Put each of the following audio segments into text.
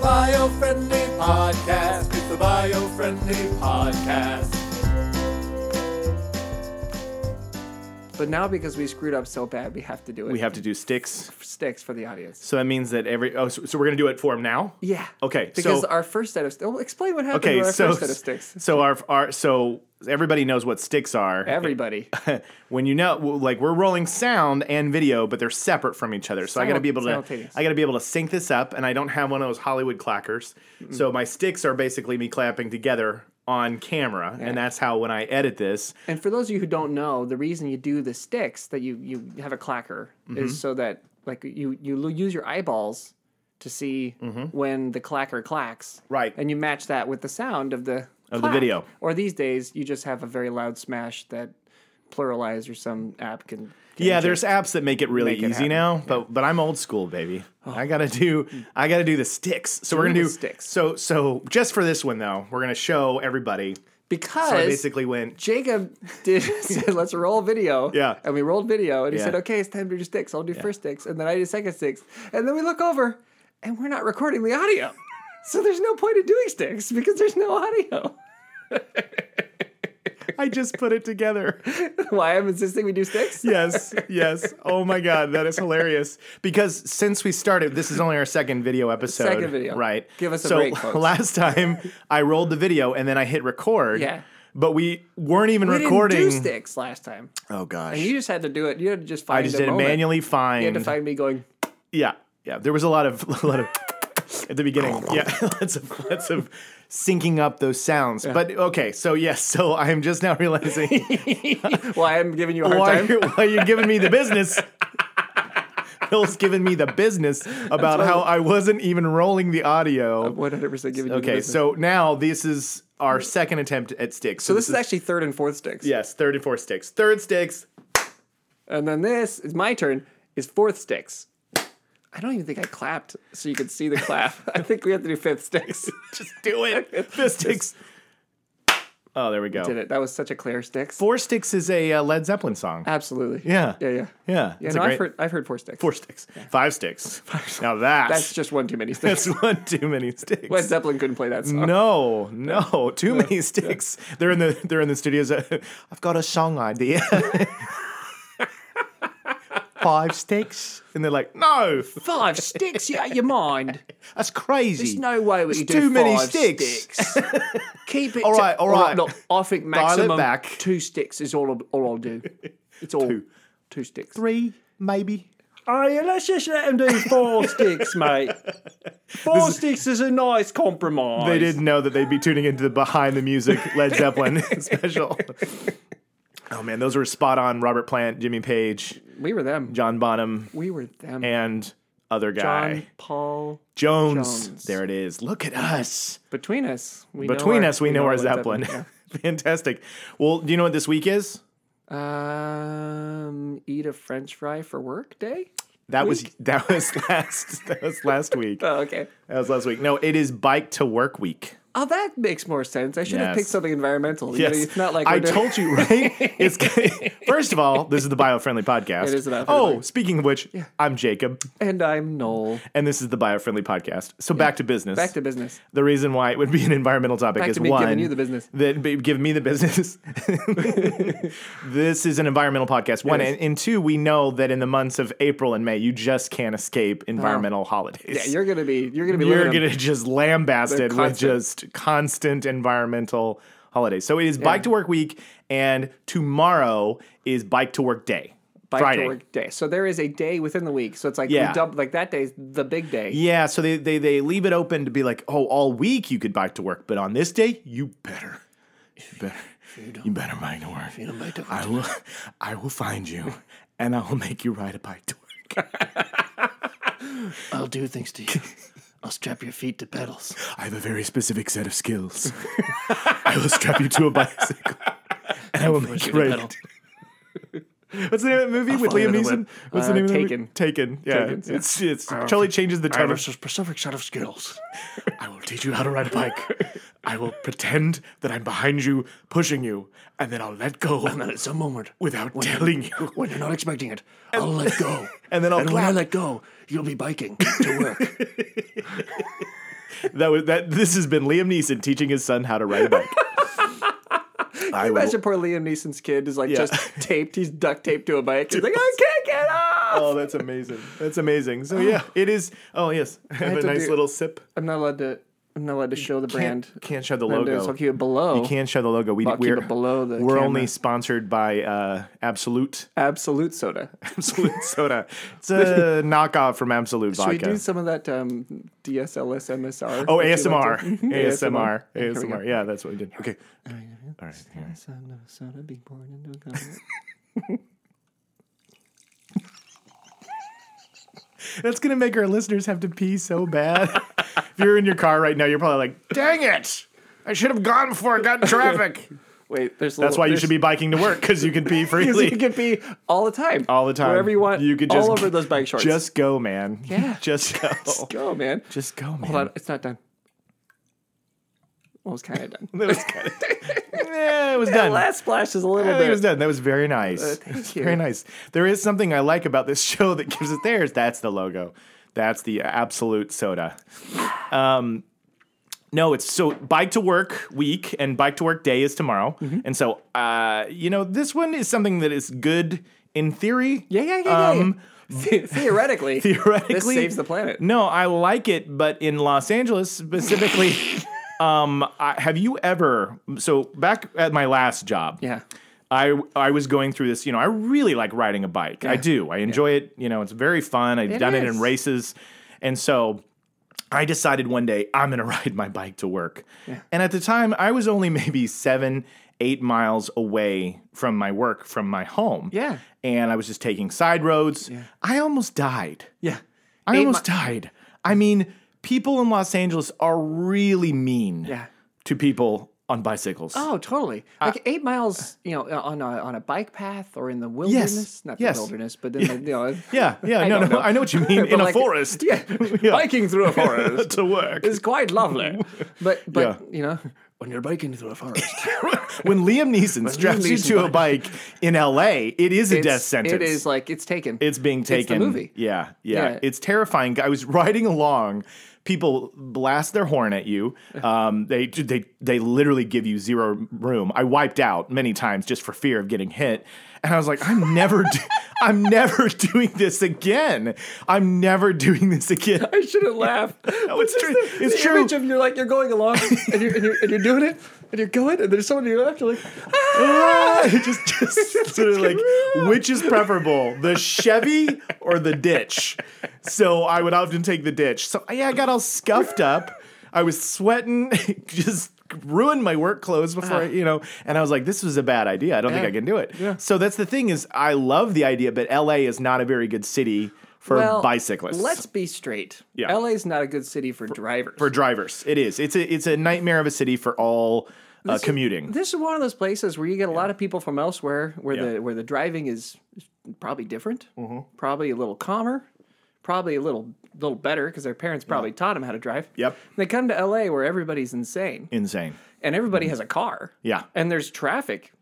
bio-friendly podcast. It's the bio-friendly podcast. But now because we screwed up so bad, we have to do it. We have to do sticks, for sticks for the audience. so that means that every. Oh, so, so we're gonna do it for him now. Yeah. Okay, Because so- our first set of sticks. Explain what happened Okay, with our so first set of sticks. so our our so everybody knows what sticks are. Everybody. when you know well, like we're rolling sound and video but they're separate from each other so i gotta be able to Simultaneous. i gotta be able to sync this up and i don't have one of those hollywood clackers so my sticks are basically me clapping together on camera and that's how when i edit this and for those of you who don't know, the reason you do the sticks that you you have a clacker Mm-hmm. is so that like you you lo- use your eyeballs to see when the clacker clacks. Mm-hmm. Right. And you match that with the sound of the Of the video. Or these days you just have a very loud smash that pluralize or some app can. can yeah do. there's apps that make it really Make it easy happen, Oh. now but but i'm old school baby i gotta do i gotta do the sticks so we're Do gonna do the sticks. so so just for this one though we're gonna show everybody because so i basically went Jacob did said, "Let's roll video." Yeah. and we rolled video, and he Yeah. said, "Okay, it's time to do sticks. I'll do first sticks, and then I do second sticks." And then we look over, and we're not recording the audio, so there's no point in doing sticks because there's no audio. i just put it together Why I'm insisting we do sticks? yes, yes. Oh my god, that is hilarious. Because since we started, this is only our second video episode. Second video. right? Give us a so break, folks. last time I rolled the video and then I hit record. Yeah. But we weren't even we recording. didn't do sticks last time. oh gosh. You just had to do it. You had to just find. I just a did it moment. manually. Find. You had to find me going. Yeah, yeah. There was a lot of a lot of at the beginning. Yeah, lots of lots of syncing up those sounds. But okay, so yes, so I'm just now realizing. Why I'm giving you a hard why time. you're, why you're giving me the business. Bill's giving me the business about how I wasn't even rolling the audio. 100 percent giving you. the Okay, business. so now this is our second attempt at sticks. So this is actually third and fourth sticks. yes, third and fourth sticks. Third sticks. And then this is my turn. Is fourth sticks. I don't even think I clapped, so you could see the clap. I think we have to do fifth sticks. Just do it. Fifth sticks. Oh, there we go. Did it? That was such a clear sticks. Four sticks is a uh, Led Zeppelin song. Absolutely. Yeah. Yeah. Yeah. Yeah, Yeah. it's a no, great- I've heard. I've heard four sticks. four sticks. Five sticks. Now that's That's just one too many sticks. that's one too many sticks. Led Zeppelin couldn't play that song. No, no, too many sticks. They're in the they're in the studios. uh, I've got a song idea. Five sticks, and they're like, "No, Five sticks? You out of your mind? that's crazy." There's no way we It's could do too many five sticks. sticks. Keep it. All to- right, all right. Look, I think it maximum back. two sticks is all. I'll- All I'll do. It's all two, sticks. Three, maybe. Oh yeah, let's just let him do four sticks, mate. Four sticks is a nice compromise. They didn't know that they'd be tuning into the behind the music Led Zeppelin special. Oh man, those were spot on. Robert Plant, Jimmy Page, We were them. John Bonham, We were them. and other guy John, Paul. Jones. Jones. There it is. Look at us. Between us, we know Between our- us, we, know, our what's Zeppelin. happening. Fantastic. Well, do you know what this week is? Yeah. Um, eat a French fry for work day. That was that was last that was last week. That Oh, okay. was last week. No, it is bike to work week. Oh, that makes more sense. I should have Yes. picked something environmental. You know, Yes, it's not like I we're doing- told you, right? It's first of all, this is the bio-friendly podcast. It is the bio-friendly. oh, speaking of which, I'm Jacob, And I'm Noel. and this is the bio-friendly podcast. So back to business. Back to business. the reason why it would be an environmental topic Back is to me one giving you the business. that be- give me the business. this is an environmental podcast. One It is. and, and two, we know that in the months of April and May, you just can't escape environmental holidays. Yeah, you're gonna be. You're gonna be. you're living gonna just lambasted They're with constant. just constant environmental holidays. So it is Bike to Work Week, and tomorrow is Bike to Work Day. a bike Friday. to work day. So there is a day within the week. So it's like Yeah. we dump like that day's the big day. Yeah, so they, they they leave it open to be like, oh, all week you could bike to work, but on this day you better, you better, you, better bike to work. I will, I will find you, and I will make you ride a bike to work. I'll do things to you. I'll strap your feet to pedals. I have a very specific set of skills. I will strap you to a bicycle, and I will make you you to ride. it. What's the name of that movie with follow you Liam to the Neeson? wind. What's the Uh, name of the Taken. movie? Taken. Yeah, Taken, yeah. it's it's totally changes the I have tone. of- a specific set of skills. I will teach you how to ride a bike. I will pretend that I'm behind you, pushing you, and then I'll let go And at some moment, without telling you. when you're not expecting it, I'll let go. and then I'll and when I clap. let go, you'll be biking to work. That was that. This has been Liam Neeson teaching his son how to ride a bike. I will- Imagine poor Liam Neeson's kid is like Yeah. just taped. He's duct taped to a bike. He's like, I can't get off. Oh, that's amazing. That's amazing. So yeah, it is. Oh yes, have had a to nice do- little sip. I'm not allowed to. I'm not allowed to show the brand. Can't, can't show the Brand is- logo. I'll keep it below. You can't show the logo. We I'll keep we're it below the we're camera. only sponsored by uh, Absolute Absolute soda. Absolute Soda. It's a knockoff from Absolute Should we Vodka. do some of that um, DSLS MSR? Oh, that you like ASMR. to- Mm-hmm. ASMR. Here we go. ASMR. Yeah, that's what we did. Okay. All right. here. Son of a son of be born into a government. That's going to make our listeners have to pee so bad. if you're in your car right now, you're probably like, dang it. I should have gone before I got in traffic. Wait, there's. That's why you should be biking to work because you can pee freely. It could be all the time. all the time. Wherever you want. You could just all over those bike shorts. Just go, man. Yeah. just go. Just go, man. Just go, man. Hold on, it's not done. Well, it's kind of done. That was kind of. yeah, it was The done. last splash is a little I think bit. it was done. That was very nice. Uh, thank It's you. Very nice. There is something I like about this show that gives it theirs. That's the logo. That's the absolute soda. Um, no, it's so bike to work week and bike to work day is tomorrow. Mm-hmm. And so, uh, you know, this one is something that is good in theory. Yeah, yeah, yeah, yeah, yeah. Um, The- theoretically, Theoretically, this saves the planet. No, I like it, but in Los Angeles specifically, um, I, have you ever? So back at my last job, Yeah. I I was going through this. You know, I really like riding a bike. I do. I enjoy it. You know, it's very fun. I've It done it is. in races, and so I decided one day I'm going to ride my bike to work. And at the time, I was only maybe seven, eight miles away from my work, from my home. Yeah. And I was just taking side roads. I almost died. Yeah. I Eight almost died. I mean, people in Los Angeles are really mean Yeah. to people on bicycles. Oh, totally. Uh, Like eight miles, you know, on a on a bike path or in the wilderness, not the yes. wilderness, but then the, you know, Yeah, yeah, no, no, don't know. I know what you mean. In a like- forest yeah, biking through a forest to work. is quite lovely. But but Yeah. you know, When you're biking through a forest, when Liam Neeson straps you Neeson to a bike in L.A., it is a it's- death sentence. It is like it's taken. It's being the taken. movie. Yeah, yeah, Yeah. It's terrifying. I was riding along. People blast their horn at you. Um, they they they literally give you zero room. I wiped out many times just for fear of getting hit, and I was like, I'm never, do- I'm never doing this again. I'm never doing this again. I shouldn't laugh. No, it's true. The It's true. image of you're like you're going along and you're, and you're and you're doing it and you're going and there's someone to your left. You're like, Ah! just, just sort of like, real. which is preferable, the Chevy or the ditch? So I would often take the ditch. So yeah, I got all scuffed up. I was sweating, just ruined my work clothes before, I, you know, and I was like, this was a bad idea. I don't think Ah. Yeah. I can do it. Yeah. So that's the thing is I love the idea, but LA is not a very good city for well, bicyclists. Let's be straight. Yeah. LA's not a good city for, drivers. for drivers. It is. It's a it's a nightmare of a city for all uh, commuting. this is one of those places where you get a lot of people from elsewhere where Yeah. Mm-hmm. the where the driving is probably different, probably a little calmer, probably a little little better because their parents probably taught them how to drive. Yep. They come to LA where everybody's insane Insane. and everybody has a car. Mm-hmm. Yeah. And there's traffic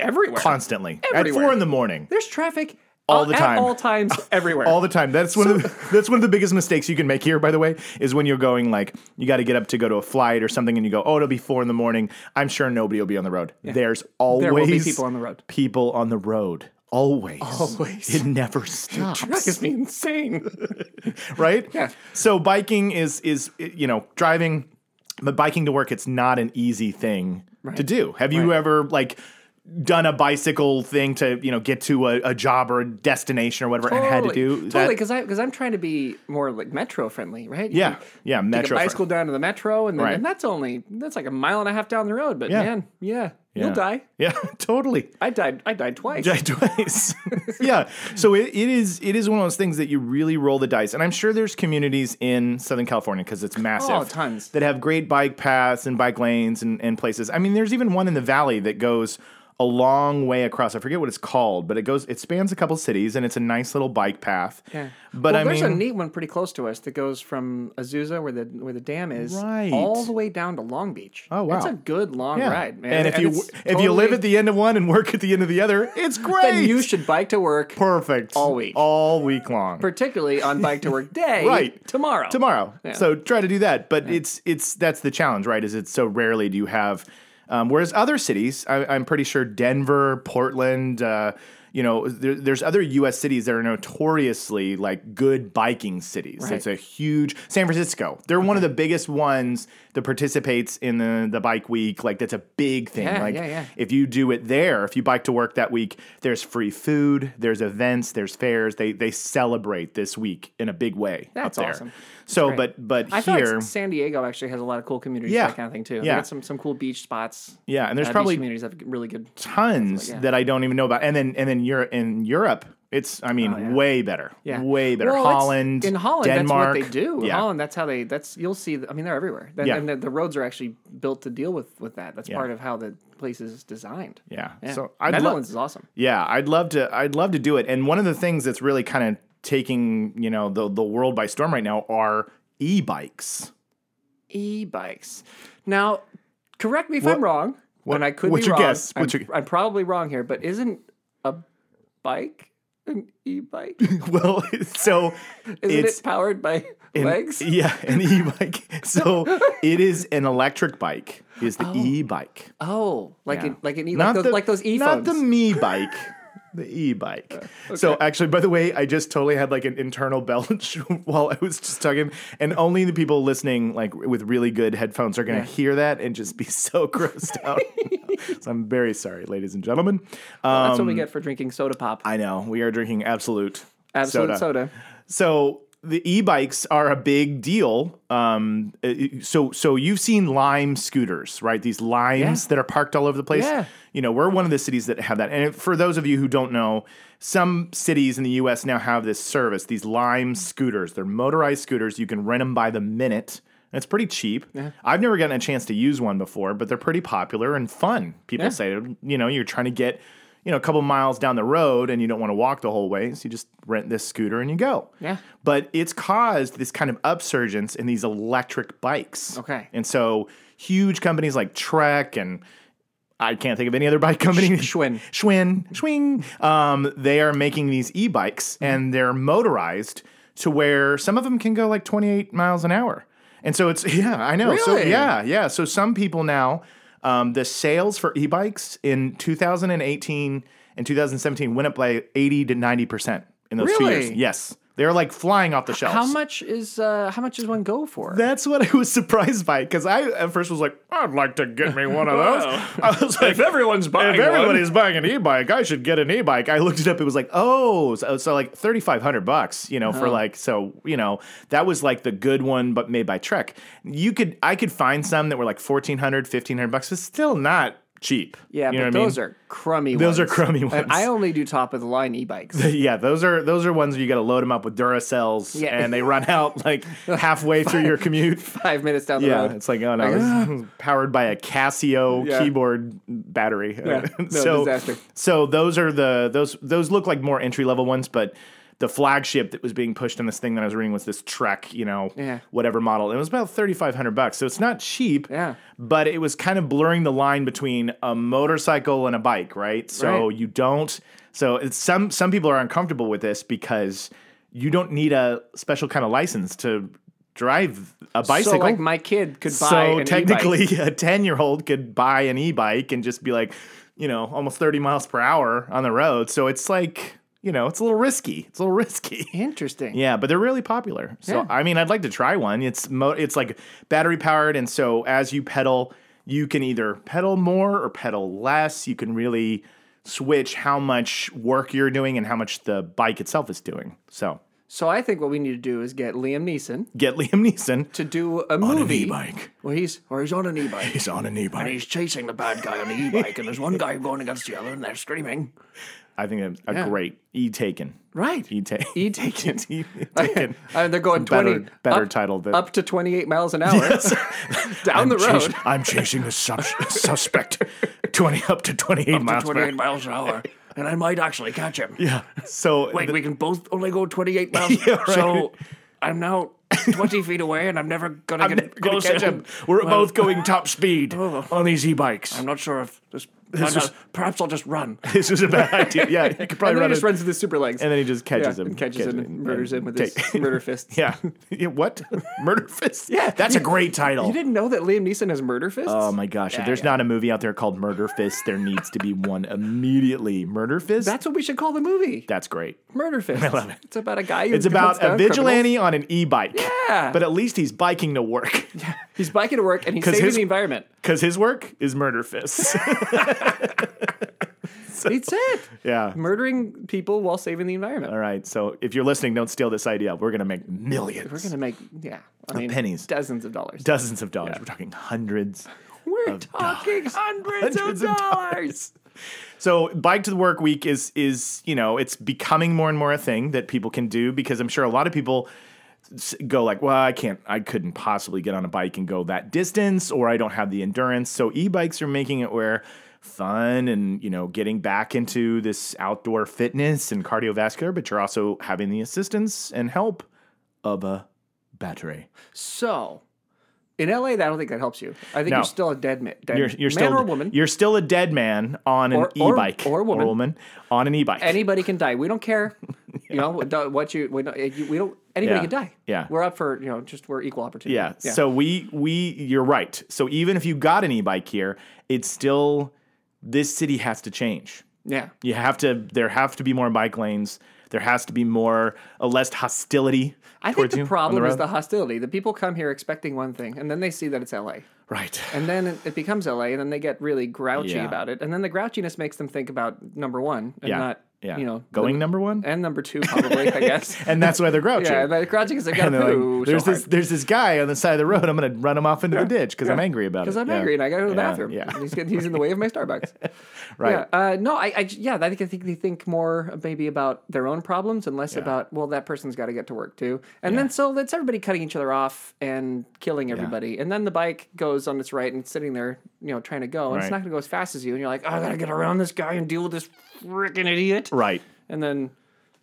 everywhere. Constantly. At Everywhere. four in the morning. There's traffic uh, All the at time. all times everywhere. all the time. That's one of the, that's one of the biggest mistakes you can make here. By the way, is when you're going like you got to get up to go to a flight or something, and you go, oh, it'll be four in the morning. I'm sure nobody will be on the road. There's always will be people on the road. People on the road. Always. Always. It never stops. drives me insane. right? Yeah. So biking is is you know driving, but biking to work it's not an easy thing to do. Have you Right. ever like done a bicycle thing to you know get to a, a job or a destination or whatever and had to do that? totally because I because I'm trying to be more like metro friendly, right? You Yeah, can yeah, Take a metro. bicycle down to the metro, and then Right. and that's only that's like a mile and a half down the road. But Yeah. man, yeah, Yeah. you'll die. Yeah, totally. I died. I died twice. Yeah, twice. yeah. So it, it is it is one of those things that you really roll the dice. And I'm sure there's communities in Southern California because it's massive. Oh, tons. That have great bike paths and bike lanes and, and places. I mean, there's even one in the valley that goes a long way across. I forget what it's called, but it goes. It spans a couple cities, and it's a nice little bike path. Yeah. But well, I there's mean, a neat one pretty close to us that goes from Azusa, where the where the dam is, Right. all the way down to Long Beach. Oh, it's wow. a good long yeah. ride, man. And if you it's if you live totally- at the end of one and work at the end of the other, it's great. then you should bike to work, perfect All week. all week long. particularly on bike to work day, Right. Tomorrow, tomorrow. Yeah. So try to do that. But it's it's that's the challenge, right? Is it's so rarely do you have. Um, whereas other cities, I, I'm pretty sure Denver, Portland, uh, you know, there, there's other U.S. cities that are notoriously like good biking cities. Right. It's a huge San Francisco. They're one of the biggest ones that participates in the the bike week. Like that's a big thing. Yeah, like yeah, yeah. if you do it there, if you bike to work that week, there's free food, there's events, there's fairs. They they celebrate this week in a big way. That's up there. awesome. So, great. but but I feel here, like San Diego actually has a lot of cool communities, Yeah. that kind of thing too. They Yeah. got some some cool beach spots. yeah, and there's uh, beach probably communities that have really good. tons yeah. that I don't even know about. And then and then Europe in Europe, it's I mean Oh, yeah. way better, Yeah. way better. Well, it's- Holland, in Holland, Denmark, that's what they do. In Yeah. Holland, that's how they. That's you'll see. I mean, they're everywhere. That- Yeah. and the, the roads are actually built to deal with with that. That's Yeah. part of how the place is designed. yeah. Yeah. So I'd love Netherlands is awesome. Yeah, I'd love to. I'd love to do it. And one of the things that's really kind of taking you know the the world by storm right now are e-bikes. E-bikes. Now, correct me if What- I'm wrong, what- and I could what's be your wrong. guess? I'm, What's your- I'm probably wrong here, but isn't a bike an e-bike? well, so Isn't it's it powered by an- e- legs? Yeah, an e-bike. So it is an electric bike. Is the e-bike? oh, like Yeah. an, like an e Not like those, the- like those Not e-phones. the me bike. The e bike. So, actually, by the way, I just totally had like an internal belch while I was just talking. And only the people listening, like with really good headphones, are going to hear that and just be so grossed out. so, I'm very sorry, ladies and gentlemen. Um, That's what we get for drinking soda pop. I know we are drinking absolute, Absolute soda. So, the e bikes are a big deal. Um, uh, so, so you've seen Lime scooters, right? These limes Yeah. that are parked all over the place Yeah. you know we're one of the cities that have that and for those of you who don't know some cities in the us now have this service these lime scooters they're motorized scooters you can rent them by the minute and it's pretty cheap i've never gotten a chance to use one before but they're pretty popular and fun people Yeah. say you know you're trying to get you know a couple miles down the road and you don't want to walk the whole way so you just rent this scooter and you go Yeah. but it's caused this kind of upsurgence in these electric bikes Okay. and so huge companies like trek and I can't think of any other bike company. Schwinn. Schwinn, Schwing. Um, they are making these e bikes Mm-hmm. and they're motorized to where some of them can go like 28 miles an hour. And so it's, yeah, I know. So, Really? yeah, yeah. So, some people now, um, the sales for e bikes in 2018 and 2017 went up by 80 to 90% in those two years. Really? Yes. They're like flying off the shelves. How much is uh, how much does one go for? That's what I was surprised by because I at first was like, I'd like to get me one of those. I was like, if everyone's buying, if everybody's buying an e-bike, I should get an e-bike. I looked it up. It was like, oh, so, so like thirty five hundred bucks, you know, Uh-huh. for like so you know that was like the good one, but made by Trek. You could I could find some that were like 1400 1500 bucks, but still not cheap. yeah, you but know what I mean? those are crummy. Those ones. are crummy ones. And I only do top of the line e-bikes. Yeah, those are those are ones where you got to load them up with Duracells, Yeah. and they run out like halfway through your commute. Five minutes down the Yeah, road. it's like oh no, this is powered by a ah. Casio Yeah. keyboard battery. no, disaster. so those are the those those look like more entry level ones, but the flagship that was being pushed in this thing that I was reading was this Trek, you know, Yeah. whatever model. It was about thirty five hundred bucks, so it's not cheap. Yeah. but it was kind of blurring the line between a motorcycle and a bike, right? So Right. you don't. So it's some some people are uncomfortable with this because you don't need a special kind of license to drive a bicycle So like my kid could buy so an technically e-bike. a 10 year old could buy an e-bike and just be like you know almost 30 miles per hour on the road so it's like you know it's a little risky it's a little risky Interesting. yeah but they're really popular so Yeah. i mean i'd like to try one it's mo- it's like battery powered and so as you pedal you can either pedal more or pedal less you can really switch how much work you're doing and how much the bike itself is doing so So I think what we need to do is get Liam Neeson get liam neeson to do a movie e-bike. where he's or he's on an e-bike. He's on an e-bike. He's chasing the bad guy on the e-bike, and there's one guy going against the other, and they're screaming. i think that's a Yeah. E- great e-taken Right. e-taken E-taken. taken. and they're going Better- 20 better up, title than- up to 28 miles an hour down the road. I'm chasing a sus- suspect twenty up to twenty eight miles 28 per hour. miles an hour, and I might actually catch him. Yeah. So Wait, we can both only go 28 miles. Yeah, right. So I'm now 20 feet away, and I'm never gonna I'm get never gonna close catch to him. We're Well, both going top speed Oh. on these e-bikes. I'm not sure if this. This I is- know, perhaps I'll just run. this is a bad idea. Yeah, you could probably And then run he just it- runs to the super legs. and then he just catches yeah, him, and catches him and murders him with take- his murder fist. Yeah. yeah. What? Murder fist. Yeah, That's a great title. You didn't know that Liam Neeson has murder fists? Oh my gosh! if there's not a movie out there called Murder Fist, there needs to be one immediately. Murder Fist. That's what we should call the movie. That's great. Murder Fist. I love it. It's about a guy who It's about hunts down a vigilante on an e-bike. Yeah. But at least he's biking to work. criminals. He's biking to work and he's 'Cause saving his- the environment. Because his work is murder fists. It's it. yeah. Murdering people while saving the environment. All right. So if you're listening, don't steal this idea. We're gonna make 1000000s We're gonna make yeah, I mean, pennies. dozens of dollars. dozens of dollars. We're talking hundreds. We're talking hundreds, Hundreds of, of dollars. So bike to the work week is is you know it's becoming more and more a thing that people can do because I'm sure a lot of people s- go like, well, I can't, I couldn't possibly get on a bike and go that distance, or I don't have the endurance. So e-bikes are making it where fun and you know getting back into this outdoor fitness and cardiovascular, but you're also having the assistance and help of a battery. So, in LA, I don't think that helps you. I think No. you're still a dead man. Dead You're, man you're still or woman. You're still a dead man on an Or- or- e-bike or woman. on an e-bike. anybody can die. We don't care. You know what- what you we don't, you- we don't anybody Yeah. can die. Yeah. we're up for you know just we're equal opportunity. Yeah. So we we you're right. So even if you got an e-bike here, it's still this city has to change. yeah, You have to there have to be more bike lanes. There has to be more a less hostility. I think towards the you on problem is road. the hostility. The people come here expecting one thing, and then they see that it's LA, right. and then it, it becomes LA, and then they get really grouchy Yeah. about it, and then the grouchiness makes them think about number one and Yeah. not yeah. you know going the- number one, and number two probably I guess. and that's why they're grouchy. Yeah, the grouchy is like, and they're poo like, there's so this there's this guy on the side of the road. I'm gonna run him off into the ditch because I'm angry about it. because I'm Yeah. angry and I gotta go to the Yeah, bathroom. yeah. And he's, getting, he's in the way of my Starbucks. Right. Yeah. Uh, no, I, I, j- yeah, I think I think they think more maybe about their own problems and less about well, that person's got to get to work too, and then so that's everybody cutting each other off and killing everybody, and then the bike goes on its right and it's sitting there, you know, trying to go, and it's Right. not gonna go as fast as you, and you're like, oh, I gotta get around this guy and deal with this freaking idiot, Right. and then,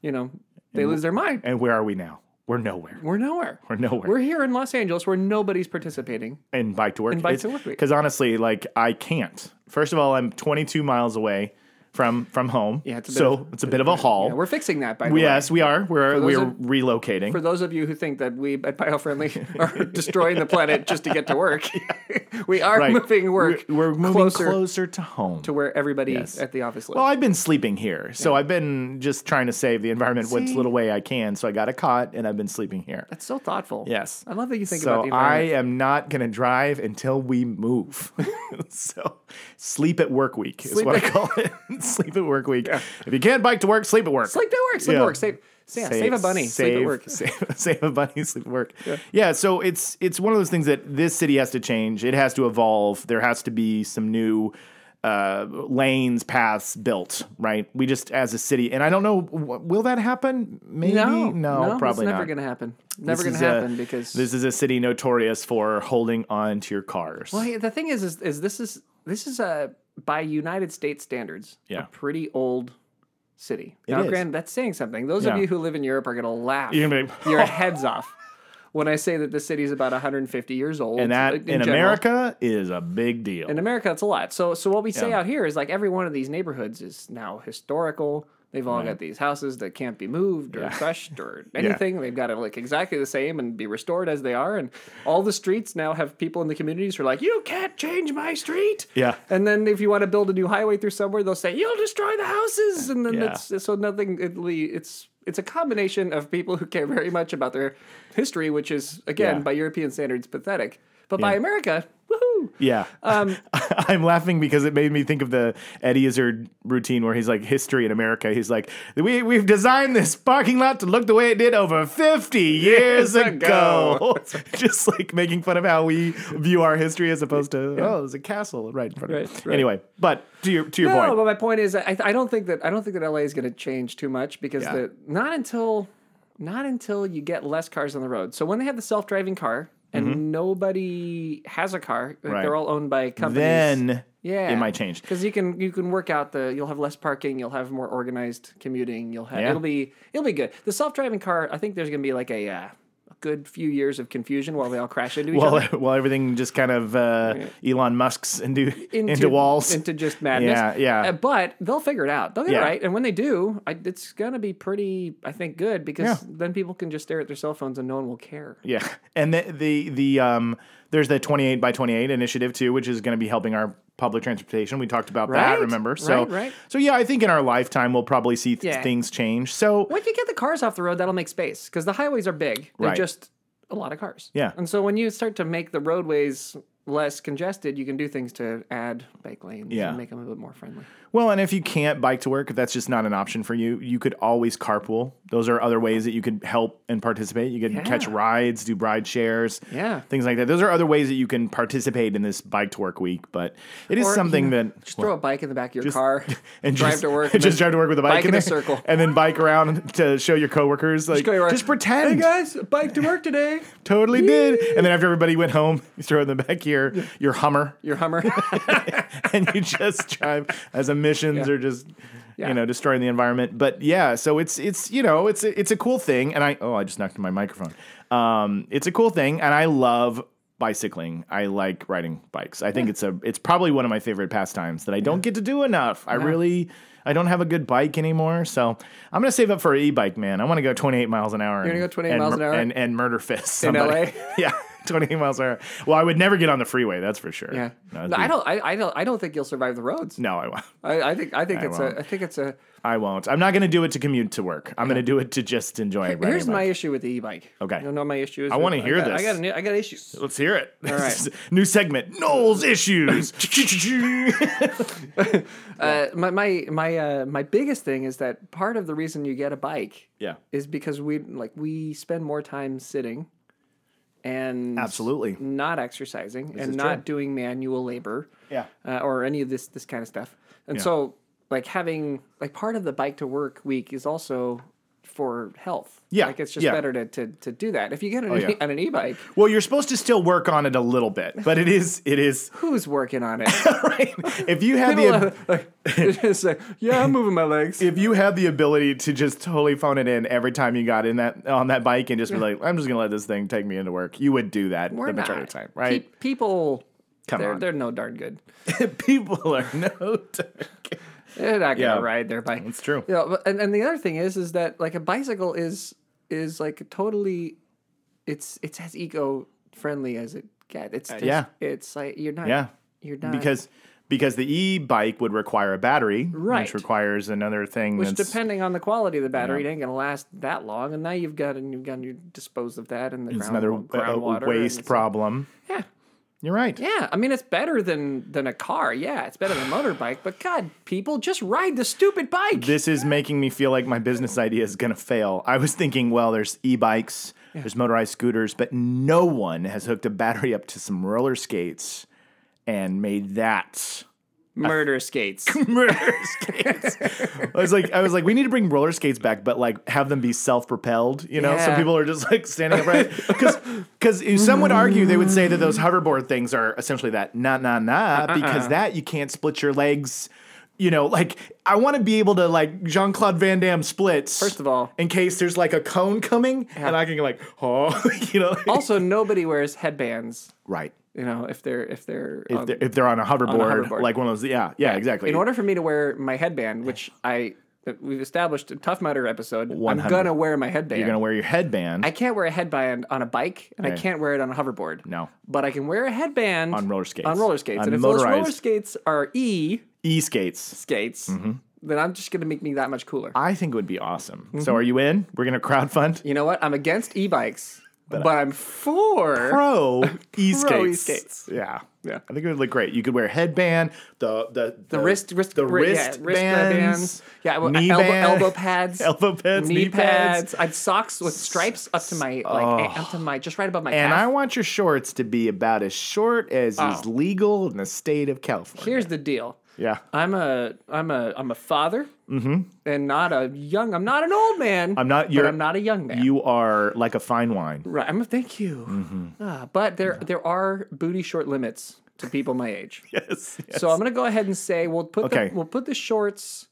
you know, they lose their mind. And where are we now? We're nowhere. We're nowhere. We're nowhere. We're here in Los Angeles where nobody's participating. and bike to work. And bike to work week. Because honestly, like I can't. First of all, I'm 22 miles away from from home. Yeah, it's a bit so of- it's a bit of a haul. Yeah, we're fixing that by the way. yes, Oh. we are. those We're we're of- relocating. for those of you who think that we at BioFriendly are destroying the planet just to get to work, we are Right. moving work We're, we're moving closer closer, to home. to where everybody Yes. at the office lives. well, I've been sleeping here, so I've been just trying to save the environment what See? little way I can. So I got a cot, and I've been sleeping here. That's so thoughtful. Yes. I love that you think so about the I environment. am not going to drive until we move. so sleep at work week is Sleep what I at- call it. sleep at work week. If you can't bike to work, sleep at work. Sleep at work. Sleep Yeah. at work. Save, yeah, save, a bunny. sleep at save- work. Save, save a bunny. Sleep at work. Yeah. So it's it's one of those things that this city has to change. It has to evolve. There has to be some new uh, lanes, paths built. Right. We just as a city, and I don't know. w- Will that happen? Maybe. No, probably it's never not. gonna happen. Never This gonna is a- happen because this is a city notorious for holding on to your cars. Well, hey, the thing is, is, is this is this is a by United States standards, Yeah. a pretty old city. now, is. granted, that's saying something. Those Yeah. of you who live in Europe are going to laugh You're gonna be like, your heads off when I say that the city's about 150 years old. and that like, in, general. America is a big deal. in America, it's a lot. So, so what we say Yeah. out here is like every one of these neighborhoods is now historical. They've all got these houses that can't be moved or crushed or anything. They've got to look exactly the same and be restored as they are. And all the streets now have people in the communities who are like, "You can't change my street." yeah. And then if you want to build a new highway through somewhere, they'll say you'll destroy the houses, and then Yeah. it's so nothing. It, le- it's it's a combination of people who care very much about their history, which is again Yeah. by European standards pathetic, but by America, woohoo! Yeah. um, I'm laughing because it made me think of the Eddie Izzard routine where he's like, history in America. He's like, we, we've designed this parking lot to look the way it did over 50 years ago. Just like making fun of how we view our history as opposed to, oh, there's a castle right in front of Right, it. right. Anyway, but to your, to your No, point. but my point is, I, I don't think that I don't think that LA is going to change too much because Yeah. the not until not until you get less cars on the road. So when they have the self driving car, and nobody has a car. Like, Mm-hmm. Right. They're all owned by companies. Then yeah, it might change. because you can you can work out the you'll have less parking, you'll have more organized commuting, you'll have Yeah. it'll be it'll be good. The self driving car, I think there's gonna be like a, uh, a good few years of confusion while they all crash into each While, other. while everything just kind of uh, Elon Musk's into, into, walls. into just madness. Yeah, yeah. Uh, but they'll figure it out. They'll get Yeah. it right, and when they do, I, it's gonna be pretty, I think, good because Yeah. then people can just stare at their cell phones and no one will care. Yeah, and the the the um, there's the 28 by 28 initiative too, which is going to be helping our public transportation. We talked about that, Right, remember? So right, right. so yeah, I think in our lifetime we'll probably see th- Yeah. things change. So When you get the cars off the road, that'll make space because the highways are big. They're Right. just a lot of cars. Yeah. And so when you start to make the roadways less congested, you can do things to add bike lanes Yeah. and make them a bit more friendly. well, and if you can't bike to work, if that's just not an option for you, you could always carpool. Those are other ways that you could help and participate. You could catch Yeah. rides, do ride shares, Yeah. things like that. Those are other ways that you can participate in this bike to work week. But it is Or, you something know, that Just throw a bike in the back of your car and drive just, to work. and and just then drive to work with a bike, bike in there, a circle. and then bike around to show your coworkers. Like, go just, around. pretend, guys, bike to work today. totally did. And then after everybody went home, you throw in the back of your your Hummer, Your Hummer. and you just drive as emissions Yeah. or just Yeah. you know destroying the environment. But yeah, so it's it's you know it's a, it's a cool thing, and I oh I just knocked my microphone. Um, it's a cool thing, and I love bicycling. I like riding bikes. I think it's a it's probably one of my favorite pastimes that I don't get to do enough. I really. I don't have a good bike anymore, so I'm gonna save up for an e-bike, man. I want to go 28 miles an hour. You're gonna go 28 miles an hour? and, and murder fists In somebody. LA? yeah, 28 miles an hour. Well, I would never get on the freeway, that's for sure. yeah. No, No, that'd I be- don't. I, I don't. I don't think you'll survive the roads. No, I won't. I, I think. I think I it's won't. a. I think it's a. I won't. I'm not going to do it to commute to work. I'm going to do it to just enjoy riding. Here's a bike. my issue with the e-bike. Okay. You know what my issue is. I with- wanna hear got- this. I got. An, I got issues. Let's hear it. All right. New segment. Knowles issues. Uh, my my my uh, my biggest thing is that part of the reason you get a bike yeah. is because we like we spend more time sitting and Absolutely. not exercising and is not true. doing manual labor Yeah. uh, or any of this this kind of stuff and so like having like part of the bike to work week is also for health Yeah, like it's just yeah. Oh, better to, to to do that if you get on, an, yeah. on an e-bike Well, you're supposed to still work on it a little bit, but it is it is who's working on it right. If you have the like, it's like, yeah i'm moving my legs if you had the ability to just totally phone it in every time you got in that on that bike and just be like, I'm just going to let this thing take me into work, you would do that We're the not. majority of the time, right? Pe- people, Come they're, on. they're no darn good. People are no. They're not gonna Yeah. ride their bike. It's true. You know, but- and and the other thing is, is that like a bicycle is is like totally, it's it's as eco friendly as it gets. It's just, Uh, yeah. It's like you're not. Yeah. You're not because because the e-bike would require a battery, Right. which requires another thing. Which, that's, depending on the quality of the battery, it ain't gonna last that long. And now you've got and you've got you disposed of that in the it's ground, another uh, groundwater and waste it's- problem. Yeah, You're right. yeah. I mean, it's better than than a car. Yeah, it's better than a motorbike. But God, people, just ride the stupid bike. This is making me feel like my business idea is going to fail. I was thinking, well, there's e-bikes, there's motorized scooters, but no one has hooked a battery up to some roller skates and made that Murder skates. roller skates. I was like, I was like, we need to bring roller skates back, but like have them be self-propelled, you know? So Yeah. people are just like standing upright. Because because some would argue they would say that those hoverboard things are essentially that nah nah nah Uh-uh. because that you can't split your legs. You know, like I want to be able to like Jean Claude Van Damme splits. First of all- in case there's like a cone coming, and I can like, oh, you know, also, nobody wears headbands. right. You know, if they're if they're, If um, they're, if they're on a, hoverboard, hoverboard. like one of those, yeah, yeah, exactly. in order for me to wear my headband, which I we've established a Tough Mudder episode, 100. I'm gonna wear my headband. you're gonna wear your headband. I can't wear a headband on a bike, and I Right. can't wear it on a hoverboard. no, But I can wear a headband On roller skates. On roller skates, On and if those roller motorized. Mm-hmm. skates are e e skates. skates, then I'm just gonna make me that much cooler. I think it would be awesome. Mm-hmm. So are you in? We're gonna crowdfund you know what? I'm against e-bikes, but, I'm for pro e Pro skates. e-skates. Yeah, Yeah. I think it would look great. You could wear a headband, the the The wrist, wrist, the ri- wrist, yeah, bands, yeah, well, knee elbow, band- elbow pads, elbow pads, knee pads. Oh. I'd socks with stripes up to my like up to my just right above my and I calf. want Oh. your shorts to be about as short as is legal in the state of California. Here's the deal: Yeah. I'm a I'm a I'm a father, and not a young. I'm not an old man. Mm-hmm. I'm not- but you're- I'm not a young man. You Mm-hmm. are like a fine wine. right. I'm. Thank you. Ah, but there there are booty short limits to people my age. Yes. So I'm gonna go ahead and say we'll put Okay. the, we'll put the shorts.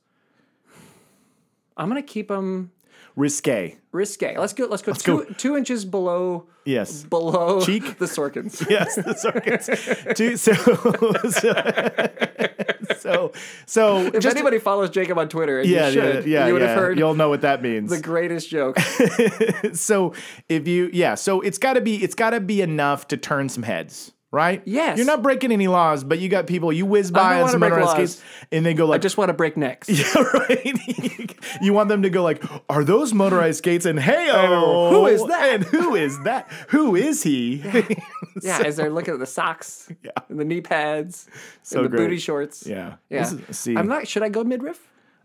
I'm gonna keep them Risque. risque. Let's go. Let's go go. two two inches below Yes. below Cheek? the Sorkins. yes, the circuits. Two, so, so, so, If anybody follows Jacob on Twitter, and yeah, you should, yeah, yeah, you would yeah. have heard You'll know what that means. the greatest joke. so, if you, yeah, so it's got to be, it's got to be enough to turn some heads, right? Yes. You're not breaking any laws, but you got people you whiz by don't on wanna some break motorized laws. skates, and they go I like, just want to break necks. yeah, right. you want them to go like, are those motorized skates? And hey, oh, who is that? And who is that? Who is he? Yeah, as they're looking at the socks, yeah. and the knee pads, So and the great. booty shorts. Yeah. yeah. This is- see. I'm not. Should I go midriff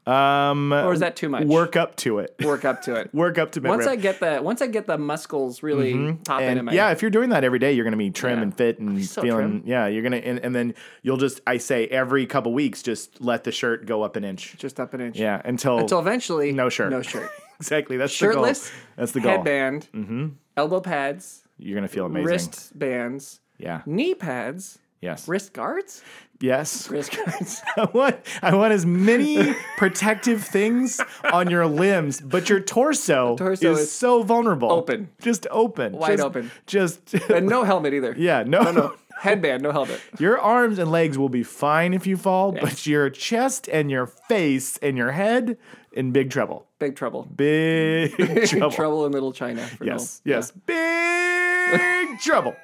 Um, or is that too much? work up to it. work up to it. Work up to midriff. Mm-hmm. once I get the once I get the muscles really popping and in my yeah, if you're doing that every day, you're gonna be trim Yeah. and fit and so feeling. Yeah, you're gonna and, and then you'll just I say every couple weeks, just let the shirt go up an inch. just up an inch. Yeah, until, Until eventually no shirt. No shirt. exactly that's Shirtless. The goal. That's the goal. Headband. Elbow pads. You're gonna feel amazing. Wrist bands. Yeah. Knee pads. Yes. Wrist guards. Yes. Wrist guards. I want I want as many protective things on your limbs, but your torso, torso is, is so vulnerable. open. Just open. Wide Just- open. Just and Uh, no helmet either. yeah. No. No headband. No helmet. Your arms and legs will be fine if you fall, but your chest and your face and your head in big trouble. Big trouble. Big trouble. Trouble in Little China. For Yes. no- Yes. Big trouble.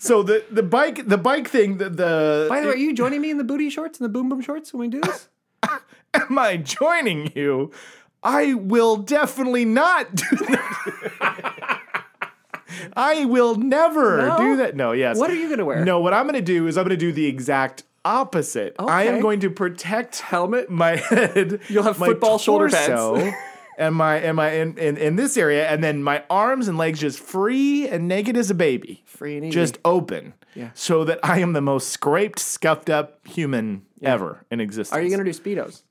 So the the bike the bike thing the the By the way, are you joining me in the booty shorts and the boom boom shorts when we do this? am I joining you? I will definitely not do that. I will never No? do that. No, yes. What are you gonna wear? No, what I'm going to do is I'm going to do the exact opposite. I am Okay. going to protect Helmet? my head. You'll have my football shoulder pads. torso, And my and my in, in, in this area, and then my arms and legs just free and naked as a baby, Free and easy. just open, Yeah. so that I am the most scraped, scuffed up human ever in existence. Are you gonna do speedos?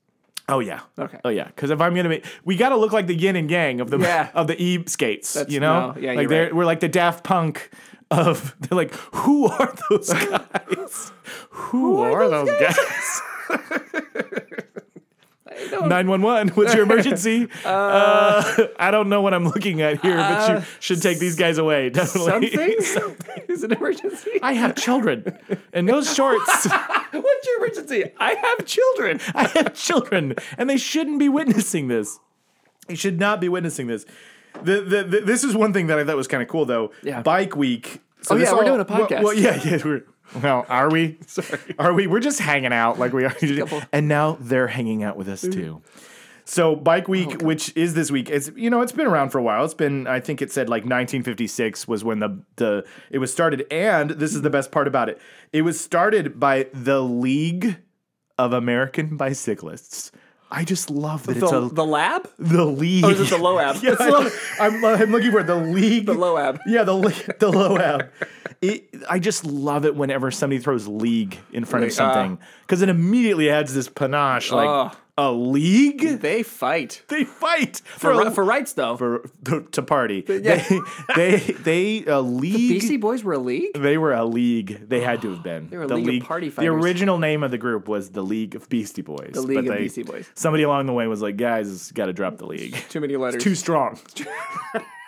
Oh yeah. Okay. Oh yeah. Because if I'm gonna be, we gotta look like the yin and yang of the Yeah. of the e skates. That's- you know. no, yeah, Like you're they're right. we're like the Daft Punk of they're like who are those guys? who, are, those guys? Nine one one. What's your emergency? uh, I don't know what I'm looking at here, but you should take these guys away. Definitely. uh, Something? Something is an emergency. I have children, and those shorts. What's your emergency? I have children. I have children, and they shouldn't be witnessing this. They should not be witnessing this. The, the, the, this is one thing that I thought was kind of cool, though. Yeah. Bike week. So Oh, this yeah, we're doing a podcast. Well, well, yeah, yeah. We're, well, are we? Sorry. Are we? We're just hanging out like we are. and now they're hanging out with us, Mm-hmm. too. So Bike Oh, Week, which is this week, it's you know it's been around for a while. It's been I think it said like 1956 was when the the it was started, and this is the best part about it. It was started by the League of American Bicyclists. I just love that it's The, a the lab? the league. Or is it the Loab? Yeah, It's I, Loab. am I'm looking for it, the league. The Loab. Yeah, the le- the Loab. It, I just love it whenever somebody throws league in front of League, something because it immediately adds this panache. Like Oh. a league, They fight. they fight for For, a- ri- for rights, though. for- to, to party. Yeah. They they, they a league. BC Boys were a league? They were a league. They had to have been. They were a league of party The fighters. original name of the group was the League of Beastie Boys. The League of Beastie Boys. Somebody along the way was like, guys, got to drop the league. Too many letters. Too strong.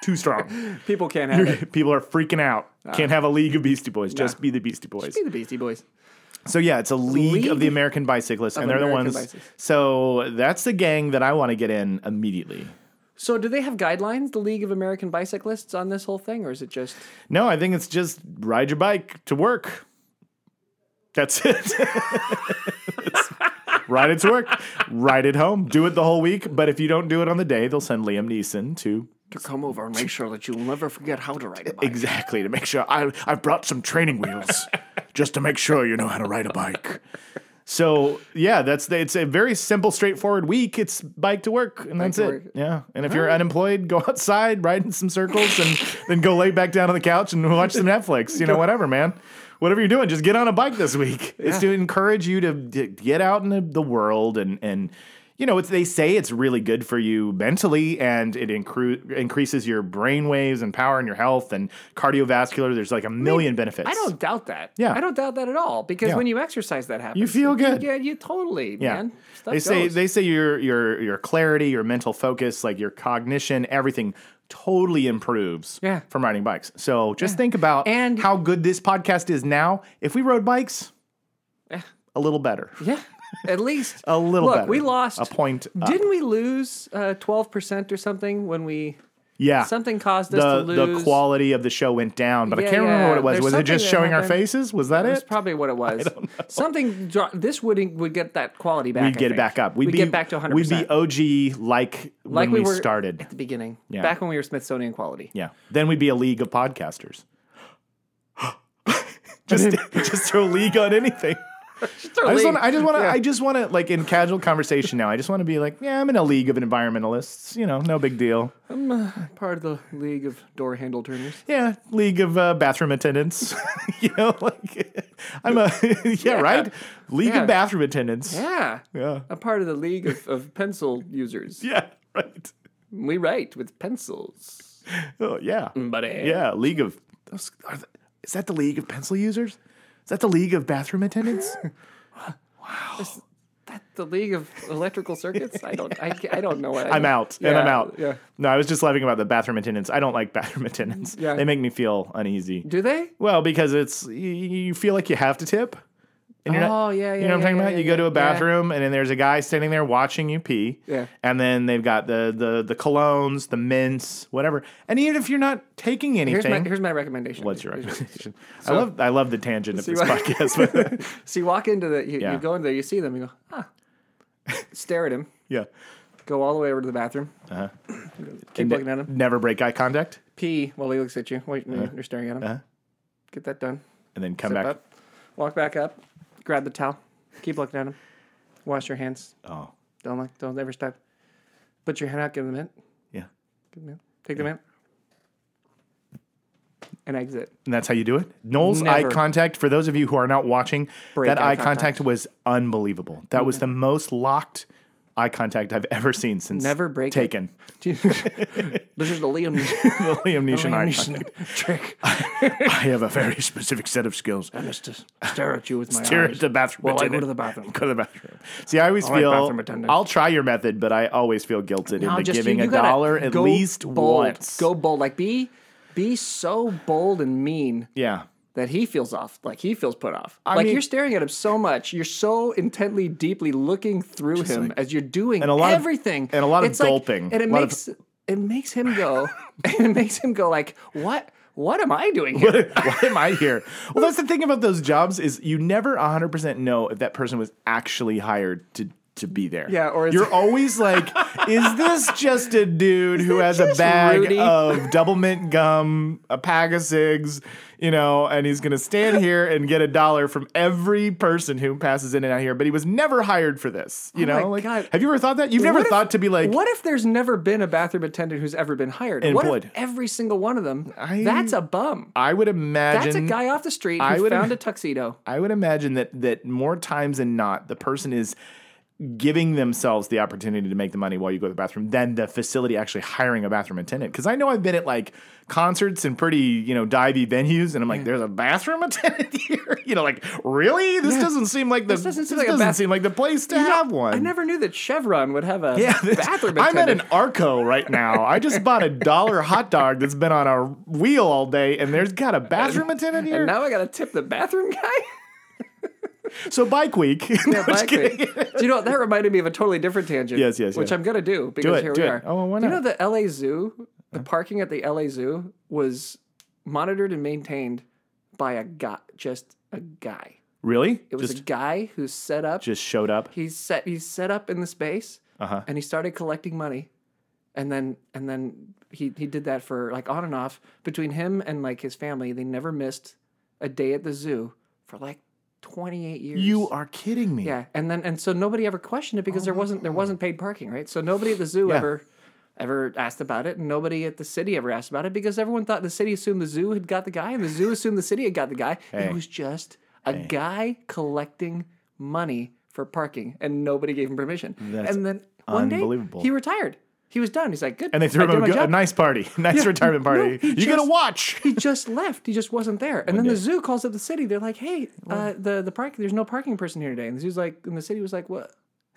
Too strong. People can't have it. People are freaking out. Ah. Can't have a League of Beastie Boys. Just be the Beastie Boys. Be the Beastie Boys. So yeah, it's a League, League of the American Bicyclists, and they're American the ones. Bicyclists. So that's the gang that I want to get in immediately. So, do they have guidelines, the League of American Bicyclists, on this whole thing, or is it just No, I think it's just ride your bike to work. That's it. It's- ride it to work, ride it home, do it the whole week. But if you don't do it on the day, they'll send Liam Neeson to To come over and make sure that you'll never forget how to ride a bike. exactly to make sure I I've brought some training wheels just to make sure you know how to ride a bike. So yeah, that's the, it's a very simple, straightforward week. It's bike to work, and that's to it. work. Yeah, and if you're unemployed, go outside, ride in some circles, and then go lay back down on the couch and watch some Netflix. You know, whatever, man. Whatever you're doing, just get on a bike this week. It's to encourage you to, to get out into the world and and. You know, it's, they say it's really good for you mentally, and it incru- increases your brain waves and power and your health and cardiovascular. There's like a million benefits. I don't doubt that. Yeah. I don't doubt that at all because Yeah. when you exercise, that happens. You feel good. Yeah, you totally, Yeah. man. Stuff they say goes. they say your your your clarity, your mental focus, like your cognition, everything totally improves Yeah. from riding bikes. So just think about And- how good this podcast is now. If we rode bikes, Yeah. a little better. yeah, at least A little Look, better. we lost. a point. uh, up. Didn't we lose uh, twelve percent or something when we yeah. something caused us Ah. the to lose? the quality of the show went down, but I Yeah, can't remember yeah. what it was. There's was it just something that showing our happened. faces? Was that That's it? probably what it was. Something dro- this would would get that quality back. We'd get it back up. We'd, We'd be, get back to 100. percent We'd be OG like, like when we, were started. at the beginning. Yeah. Back when we were Smithsonian quality. Yeah. Then we'd be a league of podcasters. just just throw league on anything. I just want I just want to I just want to like in casual conversation now. I just want to be like, yeah, I'm in a league of environmentalists, you know, no big deal. I'm uh, part of the league of door handle turners. Yeah, league of uh, bathroom attendants. you know, like I'm a yeah, right? League Yeah. of bathroom attendants. Yeah. Yeah. Yeah. I'm part of the league of, of pencil users. right. We write with pencils, Oh, yeah. buddy. Yeah, league of those are the, Is that the league of pencil users? Is that the league of bathroom attendants? That the league of electrical circuits. I don't. I, ca- I don't know what. I I'm out and I'm Yeah, out. yeah. No, I was just laughing about the bathroom attendants. I don't like bathroom attendants. Yeah. They make me feel uneasy. Do they? Well, because it's y- you feel like you have to tip. And you're Oh, yeah, You yeah, know what I'm yeah, talking yeah, about? yeah, you go to yeah. a bathroom and then there's a guy standing there watching you pee. Yeah. And then they've got the the the colognes, the mints, whatever. And even if you're not taking anything, Here's my here's my recommendation. what's your Here's- recommendation? I love I love the tangent of See this what- podcast. But So you walk into the you, Yeah. you go in there, you see them, you go, ah, stare at him, yeah. go all the way over to the bathroom, uh-huh. keep And looking at him, Never break eye contact pee while he looks at you. Wait, Uh-huh. no, you're staring at him. Get that done. and then come Zip back. up, walk back up, grab the towel, keep looking at him, wash your hands. Oh. Don't like, don't ever stop. Put your hand out, give them a minute, Yeah. give them a minute, take them in, and exit. And that's how you do it. Noel's eye Never. contact, for those of you who are not watching, Break that eye eye contact. was unbelievable. That was the most locked eye contact I've ever seen since Never break it. taken. This is the Liam. The Liam Neeson eye contact. trick. I have a very specific set of skills. And it's to stare at you with my Here eyes. at the bathroom. Well, I go attendant. to the bathroom. Go to the bathroom. See, I Oh, always feel bathroom attendant. I'll try your method, but I always feel guilted No, into just you- giving you a gotta dollar at go least bold. once. Go bold. Like be be so bold and mean yeah. that he feels off. Like he feels put off. like mean- you're staring at him so much. You're so intently, deeply looking through him as you're doing a lot of- everything. and a lot of It's like- gulping. and A it lot of- makes it makes him go and it makes him go like, what what am I doing here? Why am I here? Well, that's the thing about those jobs is you never 100% know if that person was actually hired to to be there. Yeah, or it's- you're always like, is this just a dude who has a just bag Rudy? of double mint gum, a pack of cigs, you know, and he's gonna stand here and get a dollar from every person who passes in and out here, but he was never hired for this. You Oh my know, like, God. have you ever thought that? You've never What if- thought to be like, what if there's never been a bathroom attendant who's ever been hired? And what if employed. every single one of them? that's a bum. I would That's a imagine guy off the street I who would- found a tuxedo. I would imagine that that more times than not, the person is giving themselves the opportunity to make the money while you go to the bathroom than the facility actually hiring a bathroom attendant. Because I know I've been at like concerts and pretty, you know, divey venues, and I'm like, there's a bathroom attendant here. you know, like, really? This doesn't seem like the this doesn't doesn't, seem like a bath- seem like the place to have one. I never knew that Chevron would have a Yeah, this- bathroom I'm at an attendant. Arco right now. I just bought a dollar hot dog that's been on a wheel all day, and there's got a bathroom attendant here. and now I gotta tip the bathroom guy. so bike week. Yeah, Just black man. kidding. do you know what? That reminded me of a totally different tangent. Yes, yes, Which yeah. I'm gonna do because it, here do we it. are. Oh, well, why do you know not? the LA Zoo? The parking at the LA Zoo was monitored and maintained by a guy, just a guy. Really? It was just a guy who set up. just showed up. he set he set up in the space, Uh-huh. and he started collecting money, and then and then he he did that for like on and off between him and like his family. They never missed a day at the zoo for like 28 years. You are kidding me. Oh. Yeah, and then and so nobody ever questioned it because there wasn't there wasn't paid parking, right? So nobody at the zoo Yeah. ever ever asked about it, and nobody at the city ever asked about it because everyone thought the city assumed the zoo had got the guy, and the zoo assumed the city had got the guy. Hey. It was just a guy collecting money for parking, and nobody gave him permission. That's and then one unbelievable. day he retired. He was done. He's like, good. And they threw I did him my a, go- a job. nice party, nice retirement party. he you get a just- watch. He just left. He just wasn't there. And then the zoo calls up the city. They're like, "Hey, uh, the the park. There's no parking person here today." And the zoo's like, and the city was like, "What?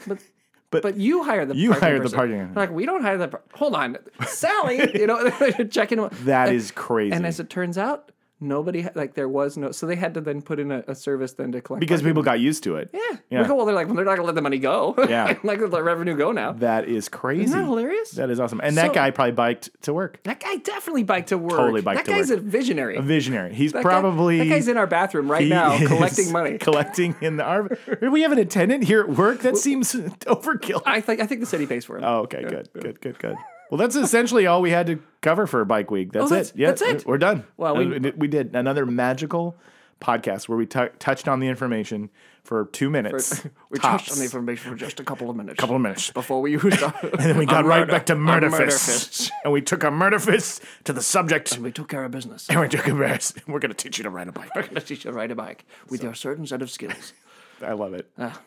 But But, but you hire the You parking hired the person. parking- They're like we don't hire the par- hold on, Sally. you know they're checking him. that is crazy. and as it turns out, nobody like there was no so they had to then put in a, a service then to collect because parking. people got used to it. yeah. Yeah. Like, oh, well, they're like well, they're not gonna let the money go. Yeah. like let the revenue go now. That is crazy. Isn't that hilarious? That is awesome. And that So- guy probably biked to work. that guy definitely biked to work. Totally biked that to guy's work. a visionary. A visionary. He's That guy- probably that guy's in our bathroom right he now is collecting money. Collecting in the arm. We have an attendant here at work. That seems overkill. I think I think the city pays for it. oh, okay, good, good, good, good. Well, that's essentially all we had to cover for Bike Week. That's, Oh, that's- it. Yeah, that's it. We're done. Well, we- Uh, did- we did another magical podcast where we tou- touched on the information for two minutes. we tops. touched on the information for just a couple of minutes. couple of minutes. before we used our And then we got right back to murder murder fists. And we took our murder fists to the subject. we took care of business. And we took a rest. We're going to teach you to ride a bike. Let's teach you to ride a bike with your certain set of skills. I love it. Ah.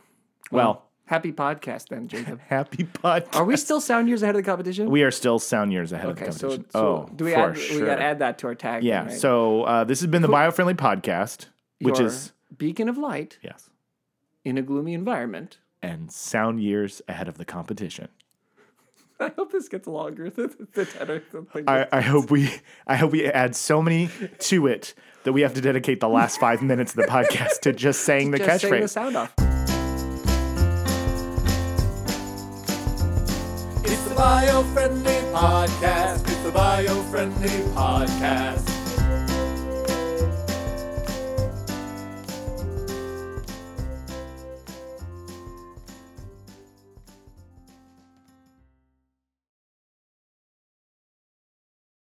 well, Happy podcast then, Jacob. happy putt. Are we still sound years ahead of the competition? we are still sound years ahead okay, of the so, so competition. oh, do we for add sure. we gotta add that to our tag? yeah. then, right? So uh, this has been the Biofriendly Podcast, which Your is beacon of light yes, in a gloomy environment. and sound years ahead of the competition. I hope this gets longer than the tenor. I, I hope we I hope we add so many to it that we have to dedicate the last five minutes of the podcast to just saying the just saying the catchphrase. sound off. It's the bio-friendly podcast. It's the bio-friendly podcast.